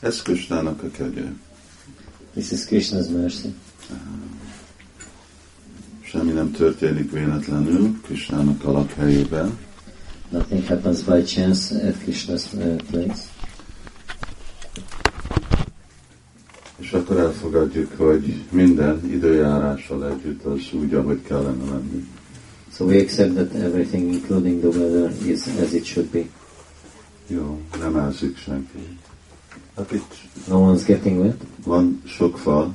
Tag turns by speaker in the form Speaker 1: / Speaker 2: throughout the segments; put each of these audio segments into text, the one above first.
Speaker 1: That's Krishnanaka Kagya.
Speaker 2: This is Krishna's mercy.
Speaker 1: Semmi nem történik véletlenül Krisnának a lakhelyében.
Speaker 2: Nothing happens by chance at Krishna's uh, place.
Speaker 1: És akkor elfogadjuk, hogy minden időjárással együtt az úgy, ahogy kellene lenni.
Speaker 2: So we accept that everything, including the weather, is as it should be.
Speaker 1: Jó, nem ázik senki. Hát itt
Speaker 2: No one's getting wet.
Speaker 1: van sok fa,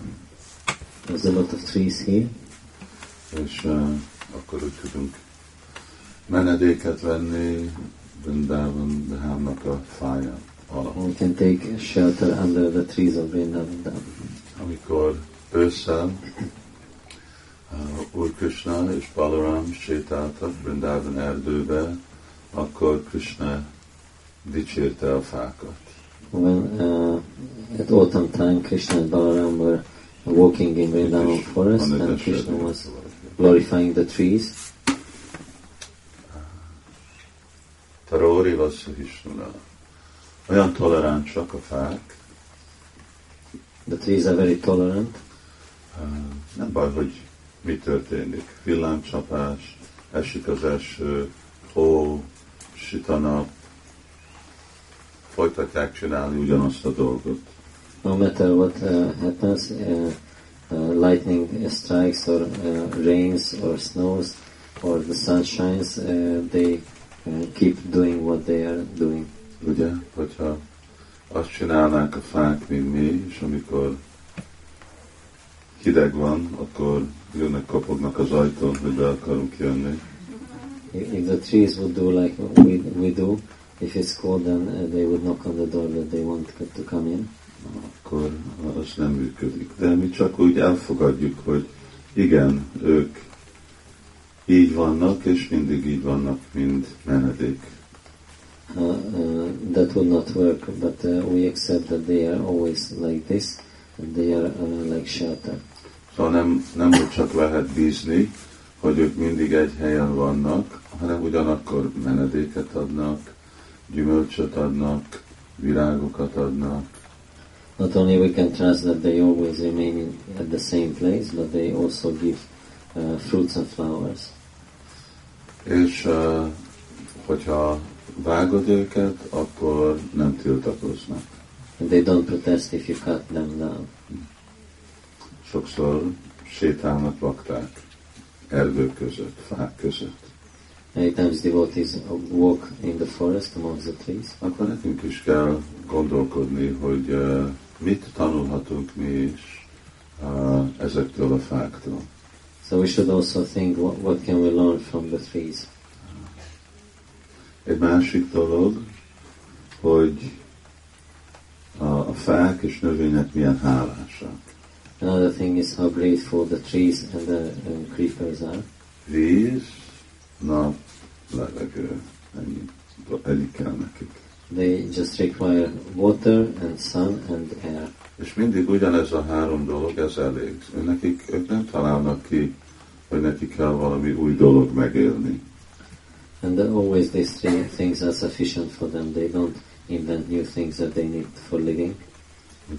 Speaker 2: There's a lot of trees here.
Speaker 1: és uh, akkor úgy tudunk menedéket venni Brindában, Dehámnak a fája alatt.
Speaker 2: One can take shelter under the trees of Vrindavan Dham.
Speaker 1: Amikor ősszel uh, Úr Krishna és Balaram sétáltak Brindában erdőbe, akkor Krishna dicsérte a fákat.
Speaker 2: When uh, at autumn time Krishna and Balaram were walking in Vrindavan
Speaker 1: És
Speaker 2: forest
Speaker 1: van
Speaker 2: and
Speaker 1: egy
Speaker 2: Krishna
Speaker 1: esetleg.
Speaker 2: was glorifying the trees.
Speaker 1: Tarori vassza Hisnura. Olyan toleránsak a fák,
Speaker 2: The trees are very tolerant.
Speaker 1: nem baj, hogy mi történik. Villámcsapás, esik az eső, hó, süt a nap. Folytatják csinálni ugyanazt a dolgot.
Speaker 2: No matter what uh, happens, uh, uh, lightning strikes or uh, rains or snows or the sun shines, uh, they uh, keep doing what they are doing.
Speaker 1: Ugye, hogyha azt csinálnák a fák, mint mi, és amikor hideg van, akkor jönnek, kapognak az ajtón, hogy be akarunk jönni.
Speaker 2: If, if the trees would do like we, we do, if it's cold, then uh, they would knock on the door that they want to come in.
Speaker 1: akkor az nem működik. De mi csak úgy elfogadjuk, hogy igen, ők így vannak, és mindig így vannak, mint menedék.
Speaker 2: Uh, uh, that would not work, but uh, we accept that they are always like this, and they are uh, like shelter.
Speaker 1: Szóval nem, nem hogy csak lehet bízni, hogy ők mindig egy helyen vannak, hanem ugyanakkor menedéket adnak, gyümölcsöt adnak, virágokat adnak,
Speaker 2: Not only we can trust that they always remain in, at the same place, but they also give uh, fruits and flowers.
Speaker 1: és eh, hogyha vágod őket, akkor nem tiltakoznak.
Speaker 2: And they don't protest if you cut them down.
Speaker 1: Sokszor sétálnak vakták, erdők között, fák között.
Speaker 2: Many times devotees uh, walk in the forest amongst the trees.
Speaker 1: Akkor nekünk is kell gondolkodni, hogy eh, mit tanulhatunk mi is eh, ezektől a fáktól.
Speaker 2: So we should also think what, what can we learn from the trees.
Speaker 1: Egy másik dolog, hogy a, a fák és növények milyen hálásak.
Speaker 2: Another thing is how grateful the trees and the um, creepers are.
Speaker 1: Víz, nap, levegő, ennyi, ennyi kell nekik.
Speaker 2: They just require water and sun and air.
Speaker 1: És mindig ugyanez a három dolog, ez elég. Ő Nekik, ők nem találnak ki, hogy nekik kell valami új dolog megélni.
Speaker 2: And then always these three things are sufficient for them. They don't invent new things that they need for living.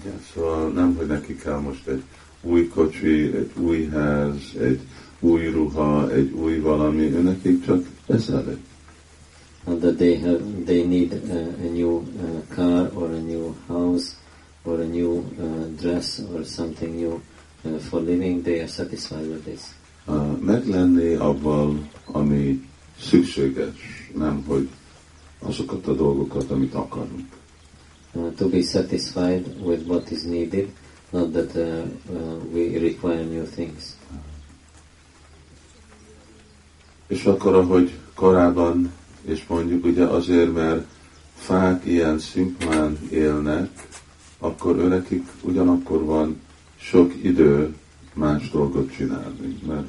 Speaker 1: Ugye? Szóval nem, hogy nekik kell most egy új kocsi, egy új ház, egy új ruha, egy új valami, ő nekik csak ez elég.
Speaker 2: Not that they have, they need uh, a new uh, car or a new house or a new uh, dress or something new uh, for living. They are satisfied with this.
Speaker 1: Ah, Meglenni abban, ami szükséges, nem, hogy azokat a dolgokat, amit akarunk.
Speaker 2: Uh, to be satisfied with what is needed, not that uh, uh, we require new things.
Speaker 1: És akkor, ahogy korábban, és mondjuk ugye azért, mert fák ilyen szimplán élnek, akkor őnekik ugyanakkor van sok idő más dolgot csinálni, mert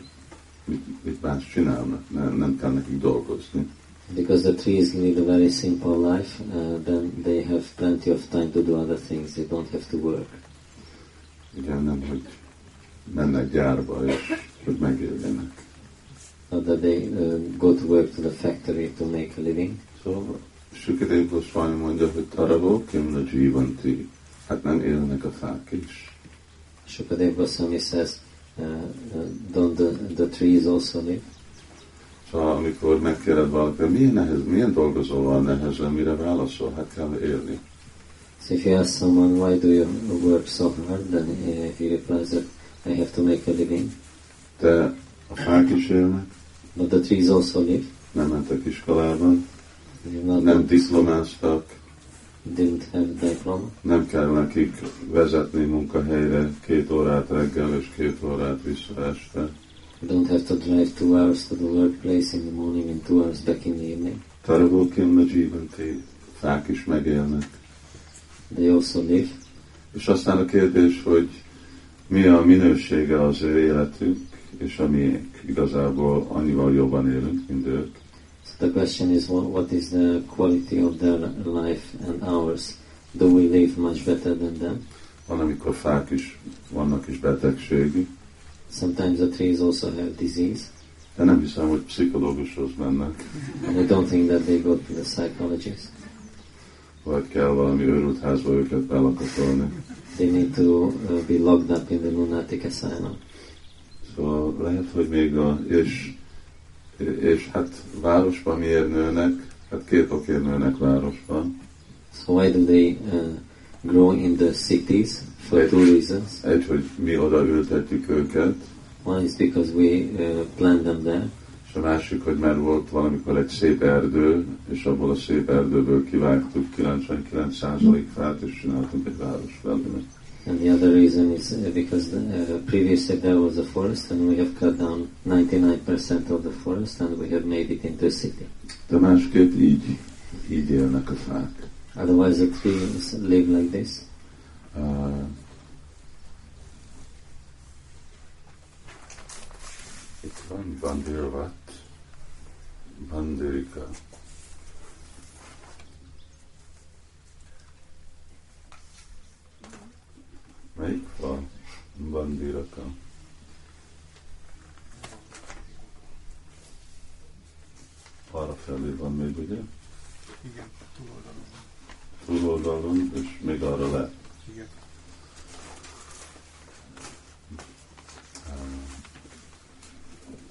Speaker 1: mit, mit más csinálnak, mert nem kell nekik dolgozni.
Speaker 2: Because the trees lead a very simple life, uh, then they have plenty of time to do other things. They don't have to work.
Speaker 1: Ugye nem, hogy mennek gyárba, és hogy megéljenek.
Speaker 2: Not that they uh, go to work to the factory to make a living.
Speaker 1: Szóval Sükedév Goswami mondja, hogy tarabok, kim a hát nem élnek a fák is.
Speaker 2: Shukadev Goswami says, uh, uh, don't the, the trees also live?
Speaker 1: Szóval amikor megkérdez valaki, milyen, nehez, milyen dolgozol a nehezen, mire válaszol, hát kell élni.
Speaker 2: So if you ask someone, why do you work so hard, then uh, he replies that I have to make a living.
Speaker 1: De a fák is élnek,
Speaker 2: But the trees also live.
Speaker 1: nem mentek iskolába,
Speaker 2: They've not
Speaker 1: nem diplomáztak,
Speaker 2: didn't have a diploma.
Speaker 1: nem kell nekik vezetni munkahelyre két órát reggel és két órát vissza este.
Speaker 2: You don't have to drive two hours to the workplace in the morning and two hours back in the evening.
Speaker 1: Tarabó kim a dzsívanti, fák is megélnek.
Speaker 2: They also live.
Speaker 1: És aztán a kérdés, hogy mi a minősége az ő életünk, és a miénk. Igazából annyival jobban élünk, mint ők.
Speaker 2: So the question is, what, what is the quality of their life and ours? Do we live much better than them?
Speaker 1: Van, amikor fák is, vannak is betegségi,
Speaker 2: Sometimes the trees also have disease,
Speaker 1: de nem hiszem, hogy pszichológushoz mennek,
Speaker 2: and I don't think that they go to the psychologist.
Speaker 1: vagy kell valami őrült házba őket belakatolni.
Speaker 2: They need to uh, be locked up in the lunatic asylum.
Speaker 1: Szóval lehet, hogy még a... És, és hát városban miért nőnek? Hát két okért nőnek városban.
Speaker 2: So why do they uh, grow in the cities? For
Speaker 1: Right.
Speaker 2: two reasons.
Speaker 1: Egy, hogy mi oda ültetjük őket,
Speaker 2: One is because we uh, plant them there.
Speaker 1: és a másik, hogy már volt valamikor egy szép erdő, és abból a szép erdőből kivágtuk 99% fát, és csináltunk egy város belőle.
Speaker 2: And the other reason is uh, because the, uh, previously there was a forest and we have cut down 99% of the forest and we have made it into a city.
Speaker 1: De másképp így, így élnek a fák.
Speaker 2: Otherwise the trees live like this.
Speaker 1: Uh, itt van Bandirvat, Bandirika. Melyik van? Bandiraka. Arra felé van még, ugye?
Speaker 3: Igen, túloldalon van.
Speaker 1: Túloldalon, és még arra le.
Speaker 3: Igen.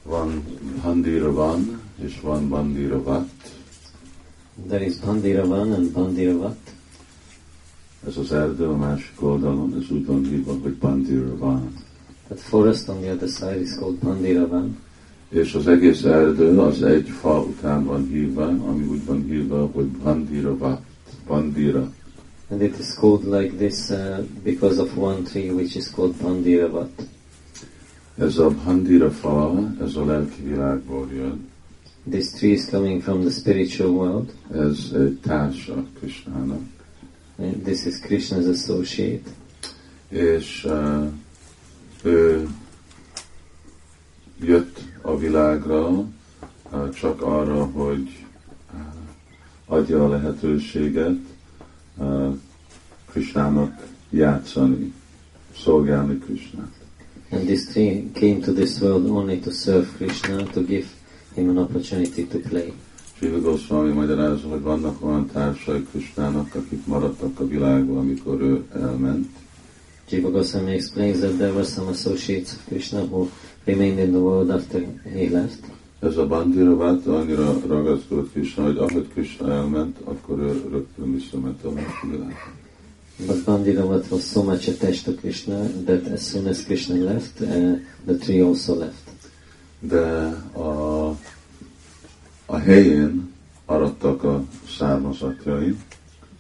Speaker 1: Van Bandira van, és van Bandira vat.
Speaker 2: There is Bandiravan and Bandiravat.
Speaker 1: Ez az erdő a másik oldalon, ez úgy van hívva, hogy Bandira van.
Speaker 2: That forest on the other side is called Bandiravan.
Speaker 1: És az egész erdő az egy fa után van hívva, ami úgy van hívva, hogy Bandira vat. Bandira.
Speaker 2: And it is called like this uh, because of one tree which is called Bandiravat.
Speaker 1: Ez a Bandira fa, ez a lelki világból jön.
Speaker 2: This tree is coming from the spiritual world.
Speaker 1: Ez egy társa Krisnának.
Speaker 2: And this is Krishna's associate.
Speaker 1: és eh, ő jött a világra eh, csak arra, hogy eh, adja a lehetőséget eh, Krisnának játszani, szolgálni Krisnát.
Speaker 2: And this tree came to this world only to serve Krishna, to give him an opportunity to play.
Speaker 1: Sila Goswami magyarázza, hogy vannak olyan társai Krisnának, akik maradtak a világban, amikor ő elment,
Speaker 2: Jiva Goswami explains that there were some associates of Krishna who remained in the world after he left.
Speaker 1: Ez a bandiravat annyira ragaszkodott Krishna, hogy ahogy Krishna elment, akkor ő rögtön visszament a másik világba.
Speaker 2: But Bandiravat was so much attached to Krishna that as soon as Krishna left, uh, the tree also left.
Speaker 1: De a, a helyén aradtak a származatjaim,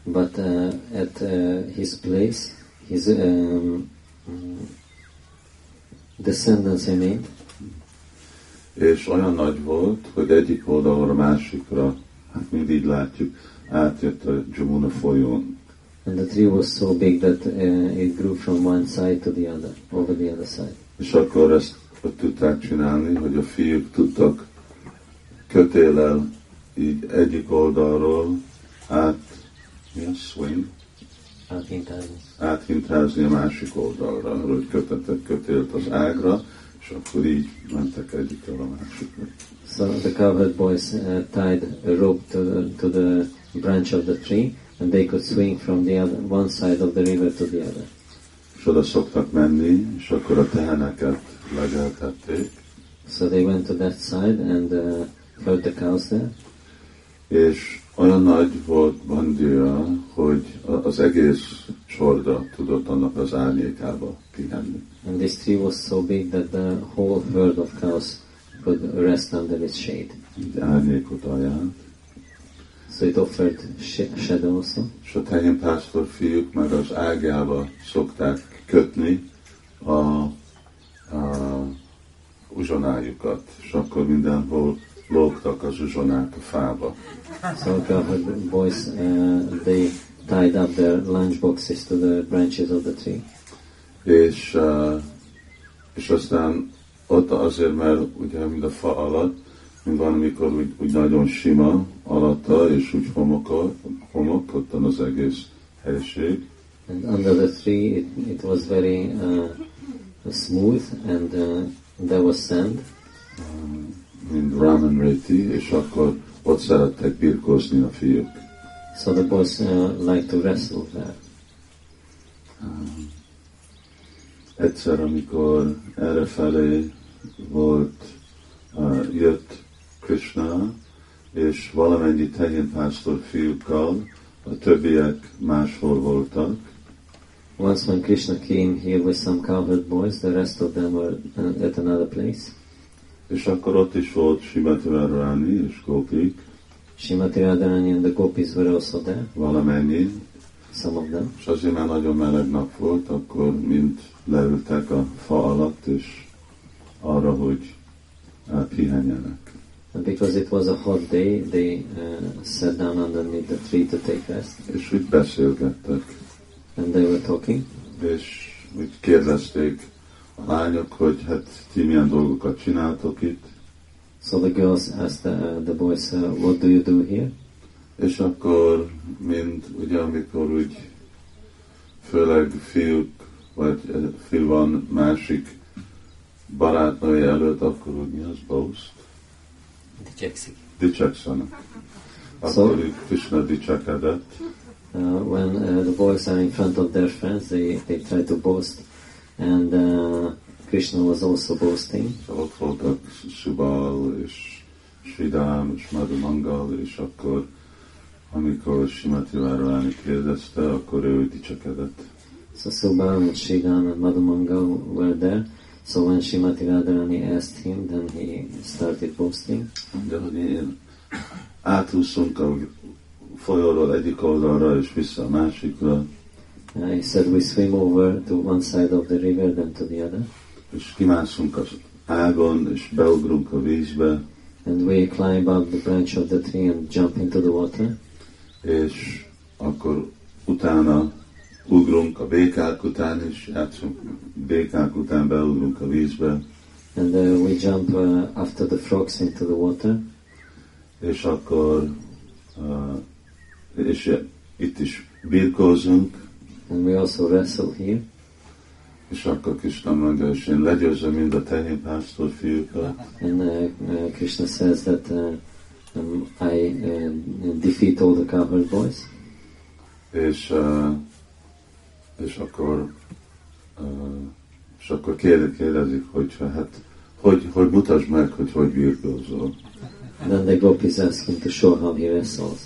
Speaker 2: But uh, at uh, his place, his um, mm, descendants remained.
Speaker 1: és olyan nagy volt, hogy egyik oldalról a másikra, hát mind így látjuk, átjött a Jumuna folyón.
Speaker 2: And the tree was so big that uh, it grew from one side to the other, over the other side.
Speaker 1: És akkor ezt ott tudták csinálni, hogy a fiúk tudtak kötélel így egyik oldalról át, mi a swing?
Speaker 2: Out in time.
Speaker 1: áthintázni a másik oldalra, arra, hogy kötetek kötélt az ágra, és akkor így mentek egyikről a másikra.
Speaker 2: So the cowherd boys uh, tied a rope to the, to the branch of the tree, and they could swing from the other, one side of the river to the other.
Speaker 1: és oda szoktak menni, és akkor a teheneket legeltették,
Speaker 2: So they went to that side and uh, herd the cows there.
Speaker 1: és olyan nagy volt Bandia, hogy a- az egész csorda tudott annak az árnyékába pihenni.
Speaker 2: And this tree was so big that the whole herd of cows could rest under its shade.
Speaker 1: Így árnyékot ajánl.
Speaker 2: So it offered sh- shadow also.
Speaker 1: És a tehén pásztor fiúk meg az ágába szokták kötni a, a uzsonájukat, és akkor mindenhol lógtak az uzsonák a fába.
Speaker 2: So the herd boys, uh, they tied up their lunch boxes to the branches of the tree.
Speaker 1: És, eh, és aztán ott azért, mert ugye mind a fa alatt, mint van, amikor úgy, úgy nagyon sima alatta, és úgy homokol, homok, ott van az egész helység,
Speaker 2: And under the tree, it, it was very uh, smooth and uh, there was sand.
Speaker 1: mint Ramen Reti, és akkor ott szerettek birkózni a fiúk.
Speaker 2: So the boys uh, liked to wrestle there.
Speaker 1: Egyszer, amikor errefelé volt, uh, jött Krishna, és valamennyi tehénpásztor fiúkkal, a többiek máshol voltak,
Speaker 2: Once when Krishna came here with some cowherd boys, the rest of them were uh, at another place.
Speaker 1: és akkor ott is volt Simati Várváni és Gópik,
Speaker 2: Shrimati Radharani and the gopis were also there,
Speaker 1: valamennyi,
Speaker 2: some of them.
Speaker 1: és azért már nagyon meleg nap volt, akkor mind leültek a fa alatt, és arra, hogy uh, pihenjenek.
Speaker 2: And because it was a hot day, they uh, sat down underneath the tree to take rest.
Speaker 1: És úgy beszélgettek.
Speaker 2: And they were talking.
Speaker 1: és úgy kérdezték a lányok, hogy hát ti milyen dolgokat csináltok itt,
Speaker 2: So the girls asked the, uh, the boys, uh, what do you do here?
Speaker 1: és akkor mind ugye amikor úgy főleg fiúk, vagy eh, fiú van másik barátnője előtt, akkor úgy mi az boast? Dicsekszenek. Akkor
Speaker 2: Szóval-
Speaker 1: így Krishna dicsekedett,
Speaker 2: Uh, when uh, the boys are in front of their friends, they, they try to boast. And uh, Krishna was also boasting.
Speaker 1: és ott voltak Subal és Svidám és Madhumangal, és akkor amikor Simati Várváni kérdezte, akkor ő dicsekedett.
Speaker 2: So Subal and Shridham and Madhumangal were there. So when Shrimati Radharani asked him, then he started boasting.
Speaker 1: De hogy én átúszunk a folyóról egyik oldalra és vissza a másikra,
Speaker 2: Uh, he said, we swim over to one side of the river, then to the other.
Speaker 1: és kimászunk az ágon, és beugrunk a vízbe,
Speaker 2: And we climb up the branch of the tree and jump into the water.
Speaker 1: és akkor utána ugrunk a békák után, és játszunk békák után, beugrunk a vízbe,
Speaker 2: And uh, we jump uh, after the frogs into the water.
Speaker 1: és akkor uh, és itt is birkózunk,
Speaker 2: And we also wrestle here.
Speaker 1: és akkor Kisna mondja, és én legyőzöm mind a tehénpásztor fiúkat,
Speaker 2: And uh, uh, Krishna says that uh, um, I uh, defeat all the cowherd boys.
Speaker 1: és, uh, és akkor uh, és akkor kérde- kérdezik, hogy hát hogy, hogy mutasd meg, hogy hogy birkózol.
Speaker 2: Then the gopis ask him to show how he wrestles.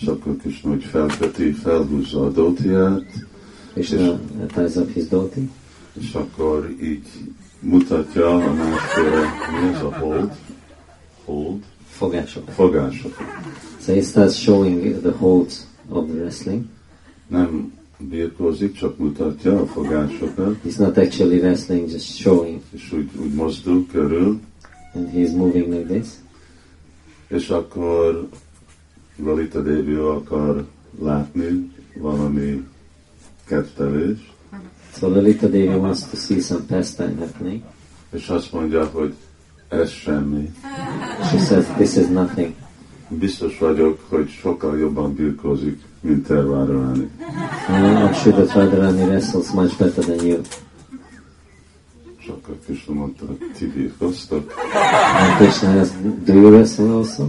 Speaker 1: És akkor Kisna úgy felköti, felhúzza a dótiát,
Speaker 2: Krishna uh, ties up his dhoti
Speaker 1: és akkor így mutatja a másféle, mi ez a hold? Hold?
Speaker 2: fogásokat.
Speaker 1: Fogások.
Speaker 2: So he starts showing the holds of the wrestling.
Speaker 1: nem birkózik, csak mutatja a fogásokat,
Speaker 2: He's not actually wrestling, just showing.
Speaker 1: és úgy, úgy mozdul körül,
Speaker 2: And he's moving like this.
Speaker 1: és akkor Lolita Devi akar látni valami kettelést,
Speaker 2: So Lalita Devi wants to see some pastime happening.
Speaker 1: és azt mondja, hogy ez semmi.
Speaker 2: She says, this is nothing.
Speaker 1: Biztos vagyok, hogy sokkal jobban birkózik, mint elvárolni.
Speaker 2: Uh, I'm sure that Radharani wrestles much better than you.
Speaker 1: Sokkal kisra mondta, ti birkoztak.
Speaker 2: And Krishna asks, do you wrestle also?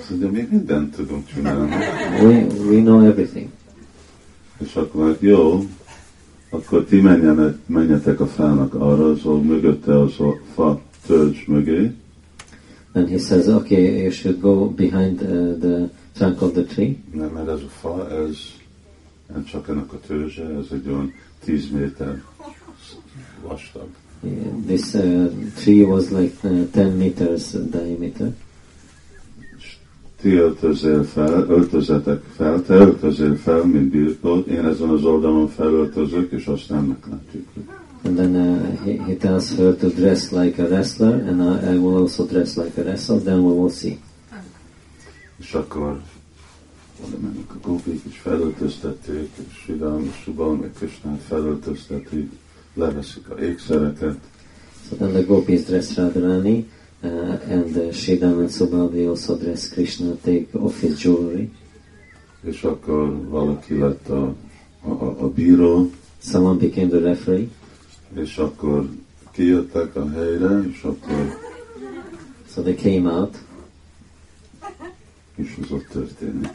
Speaker 1: Szóval de még mindent tudunk csinálni.
Speaker 2: We, we know everything.
Speaker 1: És akkor hát jó, akkor ti menjenek, menjetek a fának arra, az a mögötte az a fa tölcs mögé,
Speaker 2: And he says, okay, you should go behind uh, the trunk of the tree
Speaker 1: nem, mert ez a fa, ez nem csak ennek a törzse, ez egy olyan 10 méter vastag.
Speaker 2: Yeah, this uh, tree was like uh, 10 meters diameter.
Speaker 1: Ti öltözél fel, öltözetek fel, te öltözél fel, mint birkót, én ezen az oldalon felöltözök, és azt nem meglátjuk.
Speaker 2: And then uh, he, he tells her to dress like a wrestler, and I, I will also dress like a wrestler, then we will see.
Speaker 1: És akkor oda mennek a gópik, és felöltöztették, és Vidám, és Subal, meg Kösnát felöltöztetik, leveszik a ékszereket,
Speaker 2: So then the gopis dress Radharani, uh, and uh, Shridham and Subal, they also dress Krishna, take off his jewelry.
Speaker 1: és akkor valaki lett a, a, a, a bíró,
Speaker 2: Someone became the referee,
Speaker 1: és akkor kijöttek a helyre, és akkor
Speaker 2: so they came out,
Speaker 1: és az ott történik.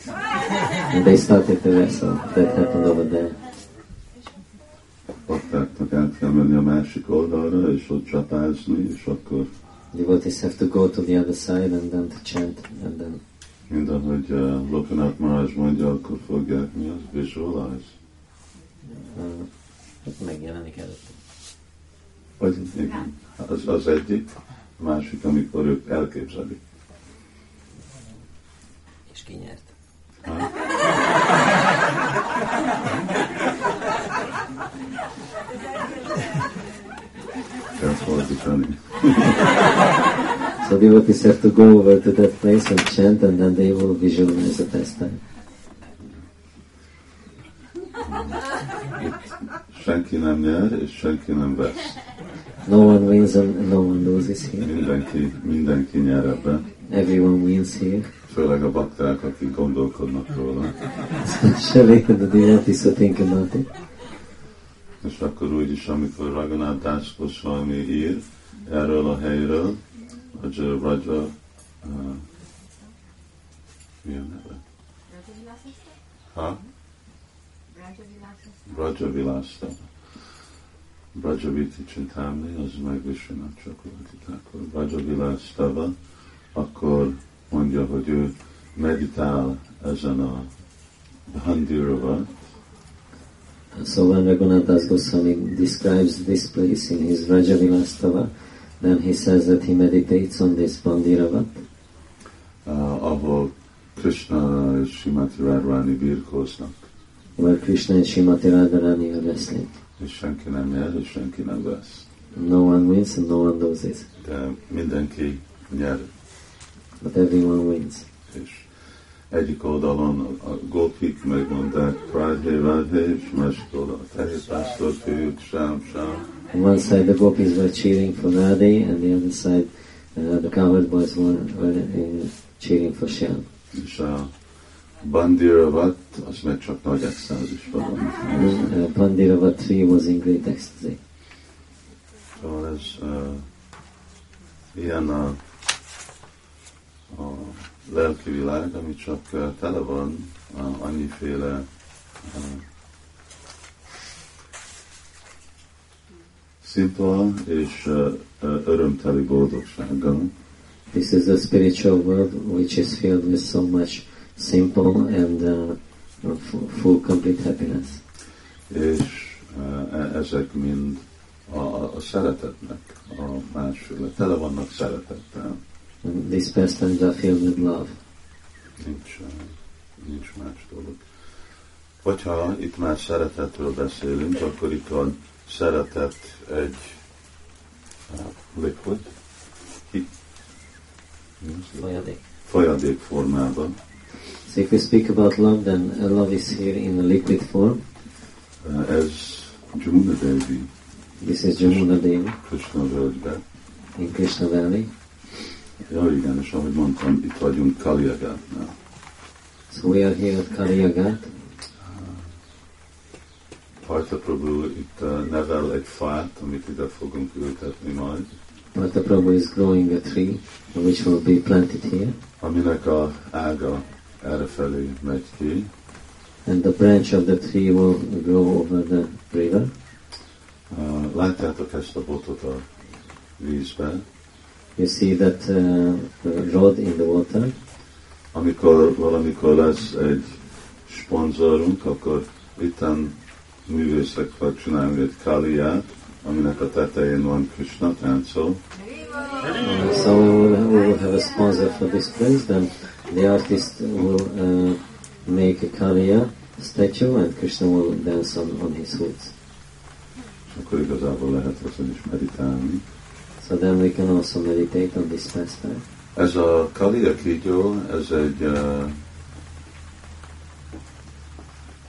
Speaker 2: and they started to wrestle. That happened over there.
Speaker 1: Paktáknak át kell menni a másik oldalra, és ott csapázni, és akkor
Speaker 2: Devotees have to go to the other side and then to chant, and then
Speaker 1: mind ahogy uh, Lokanath Maharaj mondja, akkor fogják mi az visualize.
Speaker 2: uh, hát megjelenik előtt.
Speaker 1: Vagy igen, az, az egyik, a másik, amikor ők elképzelik.
Speaker 4: És kinyert.
Speaker 1: Kell fordítani.
Speaker 2: So devotees have to go over to that place and chant, and then they will visualize the pastime.
Speaker 1: Senki nem nyer, és senki nem vesz.
Speaker 2: No one wins and no one loses here.
Speaker 1: Mindenki, mindenki nyer ebben.
Speaker 2: Everyone wins here,
Speaker 1: Főleg a bakták, akik gondolkodnak róla.
Speaker 2: especially the devotees who think about it.
Speaker 1: És akkor úgyis, amikor Raghunath Das Goswami ír erről a helyről, a Rajra, uh, mi a neve? Ha? Brajavilasta. Brajaviti Csintámni, az meg Vishwanath Chakravarti Thakur. Brajavilastava, akkor mondja, hogy ő meditál ezen a Bhandirava,
Speaker 2: So when Raghunath Das Goswami describes this place in his Rajavilastava, then he says that he meditates on this Bandiravat,
Speaker 1: uh, ahol Krishna és Simati Radharani birkóznak.
Speaker 2: where Krishna and Srimati Radharani are wrestling.
Speaker 1: és senki nem nyer, és senki nem vesz.
Speaker 2: No one wins and no one loses,
Speaker 1: De mindenki nyer,
Speaker 2: but everyone wins.
Speaker 1: és egyik oldalon a gópik megmondták Radhe, Radhe, és másik oldalon a tehénpásztor fiúk, sám, sám.
Speaker 2: On one side the gopis were cheering for Radhe, and the other side uh, the cowherd boys were, were uh, cheering for Shyam.
Speaker 1: És a Bandiravat, az meg csak nagy extázisban van.
Speaker 2: Uh, Pandiravat 3 was in great ecstasy.
Speaker 1: Szóval ez uh, ilyen a, a lelki világ, ami csak uh, tele van uh, annyiféle uh, szimpla és uh, uh, örömteli boldogsággal.
Speaker 2: This is a spiritual world which is filled with so much simple and uh, full, full complete happiness.
Speaker 1: és e- e- ezek mind a, a szeretetnek a másféle. Tele vannak szeretettel,
Speaker 2: And these pastimes are filled with love.
Speaker 1: nincs, e, nincs más dolog. Hogyha itt már szeretetről beszélünk, akkor itt van szeretet egy e, liquid, hi- mi az? folyadék formában,
Speaker 2: So if we speak about love, then uh, love is here in a liquid form.
Speaker 1: E, ez Jumuna Devi
Speaker 2: This is Jamuna Devi
Speaker 1: Krishna völgyben.
Speaker 2: in Krishna Valley.
Speaker 1: Ja igen, és ahogy mondtam, itt vagyunk Kaliagátnál.
Speaker 2: So we are here at Kaliyagat.
Speaker 1: eh, Partha Prabhu itt uh, nevel egy fát, amit ide fogunk ültetni majd,
Speaker 2: But Prabhu is growing a tree which will be planted here,
Speaker 1: aminek a ága errefelé megy ki,
Speaker 2: and the branch of the tree will grow over the river.
Speaker 1: Uh, Látjátok ezt a botot a vízben?
Speaker 2: You see that uh, rod in the water.
Speaker 1: Amikor valamikor lesz egy sponzorunk, akkor itten művészek fog csinálni egy kaliát, aminek a tetején van Krishna táncol,
Speaker 2: Uh, so we will, we will have a sponsor for this place. Then the artist will uh, make a Kaliya statue, and Krishna will dance on, on his hoods.
Speaker 1: és akkor igazából lehet azon is meditálni.
Speaker 2: So then we can also meditate on this pastime.
Speaker 1: Ez a kalia kígyó, ez egy uh,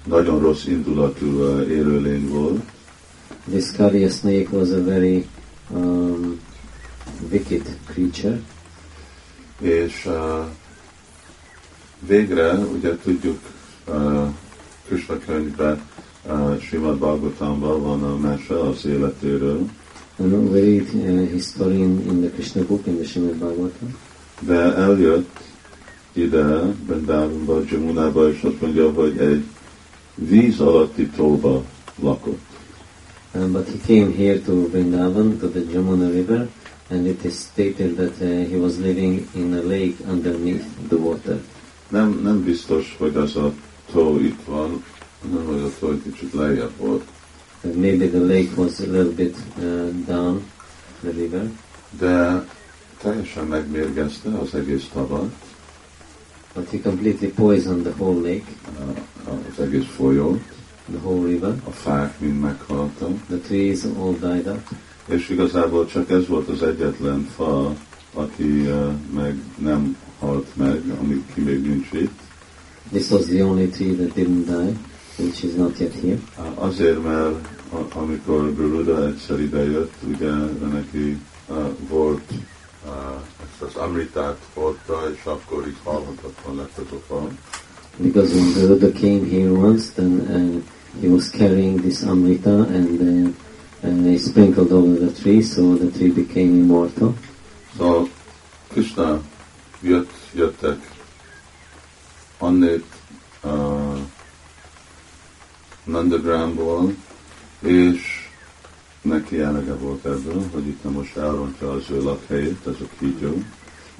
Speaker 1: nagyon rossz indulatú uh, élőlény volt,
Speaker 2: This Kaliya snake was a very um, wicked creature.
Speaker 1: és uh, végre, ugye tudjuk, uh, Krishna könyvben, uh, Simad Bhagavatamban van a mese az életéről,
Speaker 2: And we read uh, his story in, in the Krishna book, in the Srimad Bhagavatam.
Speaker 1: de eljött ide, Bendávonba, Jamunába, és azt mondja, hogy egy víz alatti tóba lakott.
Speaker 2: Um, but he came here to Vrindavan, to the Jamuna River, and it is stated that uh, he was living in a lake underneath the water.
Speaker 1: Nem, nem biztos, hogy az a tó itt van, hanem az a tó egy kicsit lejjebb volt,
Speaker 2: And maybe the lake was a little bit uh, down the river,
Speaker 1: de teljesen megmérgezte az egész tavat,
Speaker 2: but he completely poisoned the whole lake,
Speaker 1: az egész folyót,
Speaker 2: the whole river.
Speaker 1: a fák mind meghaltak,
Speaker 2: The trees all died up,
Speaker 1: és igazából csak ez volt az egyetlen fa, aki eh, meg nem halt meg, amíg ki még nincs itt.
Speaker 2: This was the only tree that didn't die, which is not yet here.
Speaker 1: Azért, mert a- amikor Buruda egyszer idejött, ugye neki eh, volt eh, ezt az amritát hordta, és akkor itt halhatatlan lett az a fa.
Speaker 2: Because when the Buddha came here once, then uh, he was carrying this Amrita and, uh, and he sprinkled over the tree, so the tree became immortal.
Speaker 1: Szóval Krishna jött, jöttek annét uh, Nandagramból, és neki elege volt ebből, hogy itt most elrontja az ő lakhelyét, ez a kígyó,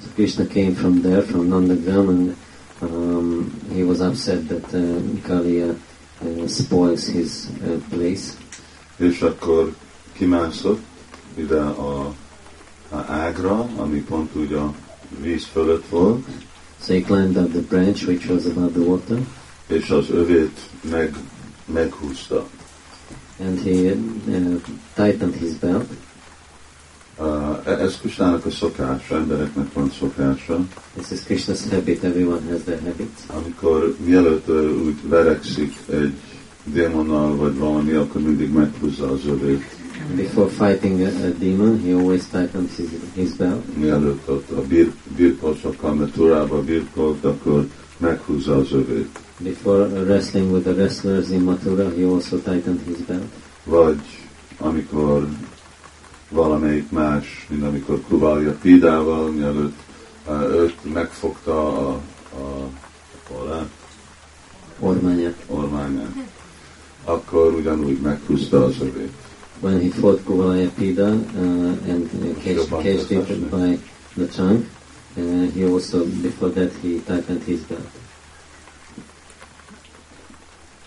Speaker 2: So Krishna came from there, from Nandagram, and um, he was upset that uh, Kaliya uh, spoils his uh, place.
Speaker 1: és akkor kimászott ide a, a ágra, ami pont úgy a víz fölött volt,
Speaker 2: So he climbed up the branch which was above the water,
Speaker 1: és az övét meg, meghúzta.
Speaker 2: and he uh, tightened his belt.
Speaker 1: Uh, ez Kristának a szokása, embereknek van szokása.
Speaker 2: This is Krishna's habit, everyone has their habits.
Speaker 1: Amikor mielőtt ö, úgy verekszik egy démonnal vagy valami, akkor mindig meghúzza az övét,
Speaker 2: Before fighting a, a demon, he always tightens his, his belt.
Speaker 1: mielőtt ott a bir, birkosokkal, mert turába birkolt, akkor meghúzza az övét.
Speaker 2: Before wrestling with the wrestlers in Mathura, he also tightened his belt.
Speaker 1: Vagy amikor valamelyik más, mint amikor kubálja Pidával, mielőtt ö, őt megfogta a, a, a, a
Speaker 2: Ormanya.
Speaker 1: ormányát, akkor ugyanúgy meghúzta az övét.
Speaker 2: When he fought Kuvalaya Pida uh, and uh, catch-
Speaker 1: Sure,
Speaker 2: catched
Speaker 1: but-
Speaker 2: it by the trunk, uh, he also, before that, he tightened his belt.